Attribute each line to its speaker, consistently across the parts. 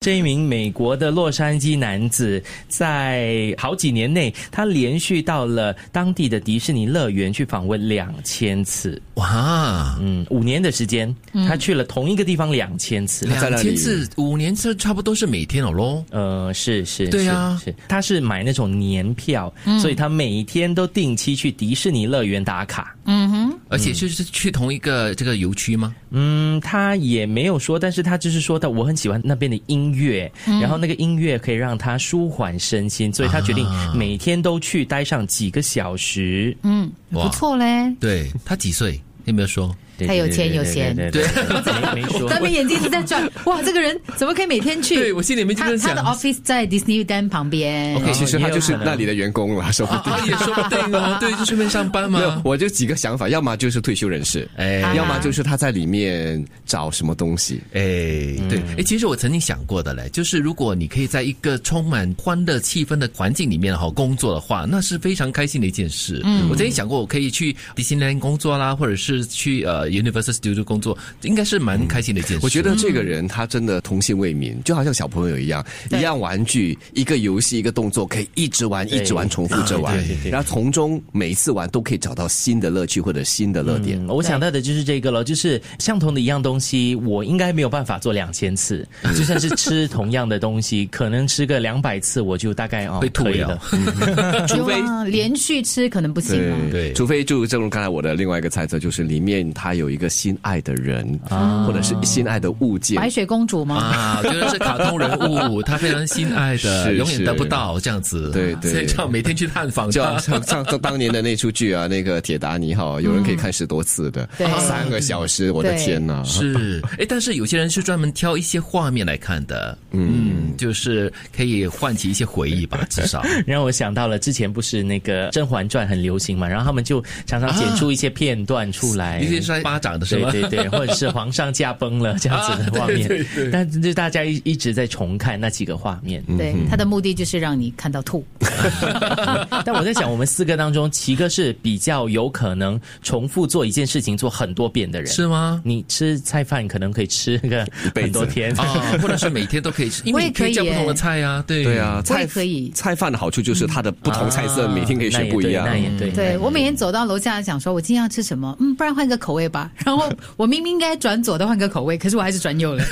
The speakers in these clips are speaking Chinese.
Speaker 1: 这一名美国的洛杉矶男子在好几年内，他连续到了当地的迪士尼乐园去访问两千次。
Speaker 2: 哇，
Speaker 1: 嗯，五年的时间，他去了同一个地方两千次。
Speaker 2: 两
Speaker 3: 在那里
Speaker 2: 千次五年次差不多是每天了喽。
Speaker 1: 呃，是是，
Speaker 2: 对啊
Speaker 1: 是，是他是买那种年票，所以他每一天都定期去迪士尼乐园打卡。
Speaker 4: 嗯哼，
Speaker 2: 而且就是去同一个这个游区吗？
Speaker 1: 嗯，他也没有说，但是他就是说到我很喜欢那边的音乐，
Speaker 4: 嗯
Speaker 1: 然后那个音乐可以让他舒缓身心，所以他决定
Speaker 2: 啊
Speaker 1: 每天都去待上几个小时。
Speaker 4: 嗯，
Speaker 2: 哇嗯
Speaker 4: 不错嘞。
Speaker 2: 对他几岁？有没有说？
Speaker 1: 对
Speaker 4: 他有钱有闲
Speaker 1: 对对，对 对没没说
Speaker 4: 他。们眼睛一直 在转，哇，这个人怎么可以每天去？
Speaker 2: 对我心里面就
Speaker 4: 他
Speaker 2: 在
Speaker 4: 他
Speaker 2: 想哦
Speaker 4: 的 office 在 Disneyland 旁边。
Speaker 2: OK
Speaker 3: 其实他就是
Speaker 1: 也有可能
Speaker 3: 那里的员工了，说不定。
Speaker 2: 啊，也说不定哦。对，就顺便上班
Speaker 3: 没有啊
Speaker 2: 嘛，。
Speaker 3: 我就几个想法，要么就是退休人士，嗯
Speaker 2: 哎
Speaker 3: 要么就是他在里面找什么东西。
Speaker 2: 哎，对，哎，其实我曾经想过的嘞，就是如果你可以在一个充满欢乐气氛的环境里面哈工作的话，那是非常开心的一件事。嗯，我曾经想过，我可以去迪士尼乐园工作啦，或者是去呃 Universal Studio 工作，应该是蛮开心的一件事。
Speaker 3: 我觉得这个人他真的童心未泯，就好像小朋友一样，
Speaker 4: 对
Speaker 3: 一样玩具、一个游戏、一个动作，可以一直玩、
Speaker 1: 对
Speaker 3: 一直玩，重复着玩
Speaker 2: 对对，
Speaker 1: 对
Speaker 3: 然后从中每一次玩都可以找到新的乐趣或者新的乐点。
Speaker 1: 嗯，我想到的就是这个了，就是相同的一样东西，我应该没有办法做两千 次，就算是吃同样的东西，可能吃个两百次，我就大概 哦
Speaker 2: 会吐
Speaker 1: 可以
Speaker 2: 了
Speaker 1: 了。
Speaker 4: 除非连续吃可能不行啊。
Speaker 2: 对
Speaker 3: 除非就正如刚才我的另外一个猜测，就是里面他有一个心爱的人，或者是心爱的物件，
Speaker 4: 白雪公主吗？
Speaker 2: 啊，觉得是卡通人物，他非常心爱的，
Speaker 3: 是
Speaker 2: 永远得不到这样子。
Speaker 3: 对对
Speaker 2: 所以就要每天去探访
Speaker 3: 就
Speaker 2: 他
Speaker 3: 像。像像像当年的那出剧啊，那个《铁达尼号》，有人可以看十多次的，
Speaker 4: 嗯对
Speaker 3: 三个小时，我的
Speaker 4: 对
Speaker 3: 天嗯呐！
Speaker 2: 是，哎，但是有些人是专门挑一些画面来看的，嗯，就是可以唤起一些回忆吧，至 少。
Speaker 1: 让我想到了之前不是那个《甄嬛传》很流行嘛，然后他们就常常
Speaker 4: 啊
Speaker 1: 剪出一些片段出
Speaker 3: 哎
Speaker 1: 来。
Speaker 2: 尤其是巴掌的是
Speaker 1: 对
Speaker 2: 吧？
Speaker 1: 对对，或者是皇上驾崩了这样子的画面，
Speaker 2: 啊对对对
Speaker 1: 但就是大家一一直在重看那几个画面。
Speaker 4: 对，
Speaker 2: 嗯
Speaker 4: 他的目的就是让你看到吐。
Speaker 1: 但我在想，我们四个当中，七个是比较有可能重复做一件事情做很多遍的人，
Speaker 2: 是吗？
Speaker 1: 你吃菜饭可能可以吃个
Speaker 3: 辈子
Speaker 1: 很多天。
Speaker 2: 啊、 或者是每天都 可以吃，因
Speaker 4: 我
Speaker 2: 为
Speaker 4: 也
Speaker 2: 你可
Speaker 4: 可以
Speaker 2: 以叫不
Speaker 4: 耶
Speaker 2: 同的菜啊，对
Speaker 3: 对，啊，
Speaker 4: 嗯我也
Speaker 3: 菜
Speaker 4: 可以嗯
Speaker 3: 菜饭的好处就是它的不同菜色
Speaker 1: 啊
Speaker 3: 每天可以
Speaker 1: 那
Speaker 3: 选
Speaker 1: 也
Speaker 3: 不一
Speaker 1: 对
Speaker 3: 样。
Speaker 1: 那也对，
Speaker 4: 对我每天走到楼下想说，我今天要吃什么？嗯，不然换个口味吧。 然后我明明应该转左的换个口味，可是我还是转 右了。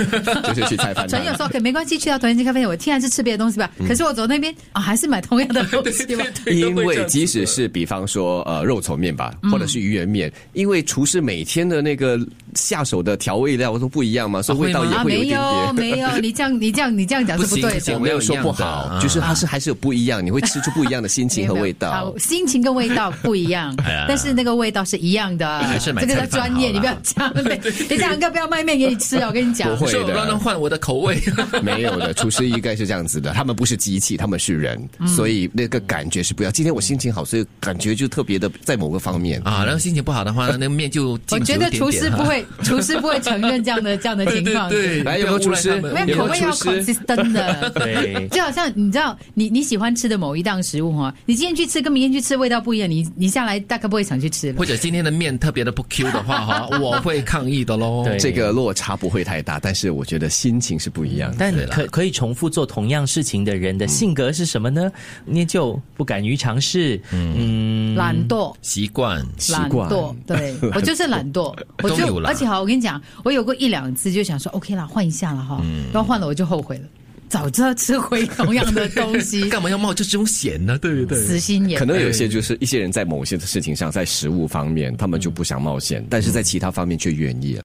Speaker 3: 就是去菜饭
Speaker 4: 转右
Speaker 3: 摊。
Speaker 4: 说 OK 没关系，去到同一间咖啡店，我听还是吃别的东西吧。
Speaker 2: 嗯
Speaker 4: 可是我走那边啊，还是买同 样的东西吧。
Speaker 3: 因为即使是比方说呃肉炒面
Speaker 4: 嗯
Speaker 3: 吧，或者是鱼圆面，因为厨师每天的那个下手的调味料都不一样嘛，所以味道
Speaker 2: 会
Speaker 3: 也
Speaker 2: 吗
Speaker 4: 啊，
Speaker 3: 会有一
Speaker 4: 没
Speaker 3: 点
Speaker 4: 有
Speaker 3: 点。
Speaker 4: 没有，你这样你这样你这样讲是
Speaker 2: 不行
Speaker 4: 对
Speaker 2: 不行
Speaker 4: 的
Speaker 3: 我。没有说
Speaker 2: 有
Speaker 3: 不
Speaker 2: 一样的
Speaker 3: 好
Speaker 2: 啊，
Speaker 3: 就是它是还是有不一样，你会吃出不一样的心情和
Speaker 4: 嗯 没有
Speaker 3: 味道
Speaker 4: 好。心情跟味道不一样
Speaker 2: 哎呀，
Speaker 4: 但是那个味道是一样的。
Speaker 2: 还是买
Speaker 4: 这个叫
Speaker 2: 菜饭
Speaker 4: 专业，
Speaker 2: 好
Speaker 4: 你不要
Speaker 2: 啦
Speaker 4: 讲。 等一下，安哥不要卖面给你吃啊，我跟你讲。
Speaker 3: 不会
Speaker 2: 所以
Speaker 3: 的
Speaker 2: 我乱乱换我的口 味。
Speaker 3: 没有的，厨师应该是这样子的，他们不是机器，他们是人，所以那个感觉是不一样。今天我心情好，所以感觉就特别的在某个方面。
Speaker 2: 啊，然后心情不好的话，那个面就
Speaker 4: 我
Speaker 2: 进
Speaker 4: 觉
Speaker 2: 酒
Speaker 4: 得
Speaker 2: 一点点
Speaker 4: 厨师
Speaker 2: 哈
Speaker 4: 不会，厨师不会承认这样的这样的
Speaker 2: 对
Speaker 4: 情况。嗯
Speaker 2: 对对，
Speaker 3: 来哎有没有厨师
Speaker 2: 不
Speaker 4: 没
Speaker 2: 要诬赖他们
Speaker 3: 有
Speaker 4: 有口
Speaker 3: 没有
Speaker 4: 味要
Speaker 3: 厨师
Speaker 4: consistent 的。嗯
Speaker 1: 对
Speaker 4: 就好像你知道，你你喜欢吃的某一档食物哈，你今天去吃跟明天去吃味道不一样，你你下来大概不会想去吃 了
Speaker 2: 或。者今天的面特别的不 Q 的话 哈，我会抗议的喽。
Speaker 1: 对
Speaker 3: 这个落差不会太大，但是我觉得心情是不一样的。
Speaker 1: 但
Speaker 2: 对啦
Speaker 1: 可可以重复做同样事情的人的性格是什么呢？念旧、不敢于尝试，嗯，
Speaker 4: 懒惰，
Speaker 2: 习惯
Speaker 4: 懒
Speaker 3: 惯
Speaker 4: 惰，对我就是懒惰，我
Speaker 2: 都
Speaker 4: 就
Speaker 2: 有啦
Speaker 4: 而且好，我跟你讲，我有过一两次就想说 OK 啦，换一下了哈，然后换了我就后悔了，早知道吃回同样的东 西，
Speaker 2: 干嘛要冒这种险呢？对不对？
Speaker 4: 嗯死心眼
Speaker 3: 可。能有一些就是一些人在某些的事情上，在食物方面他们就不想冒险，但是在其他方面却愿意了。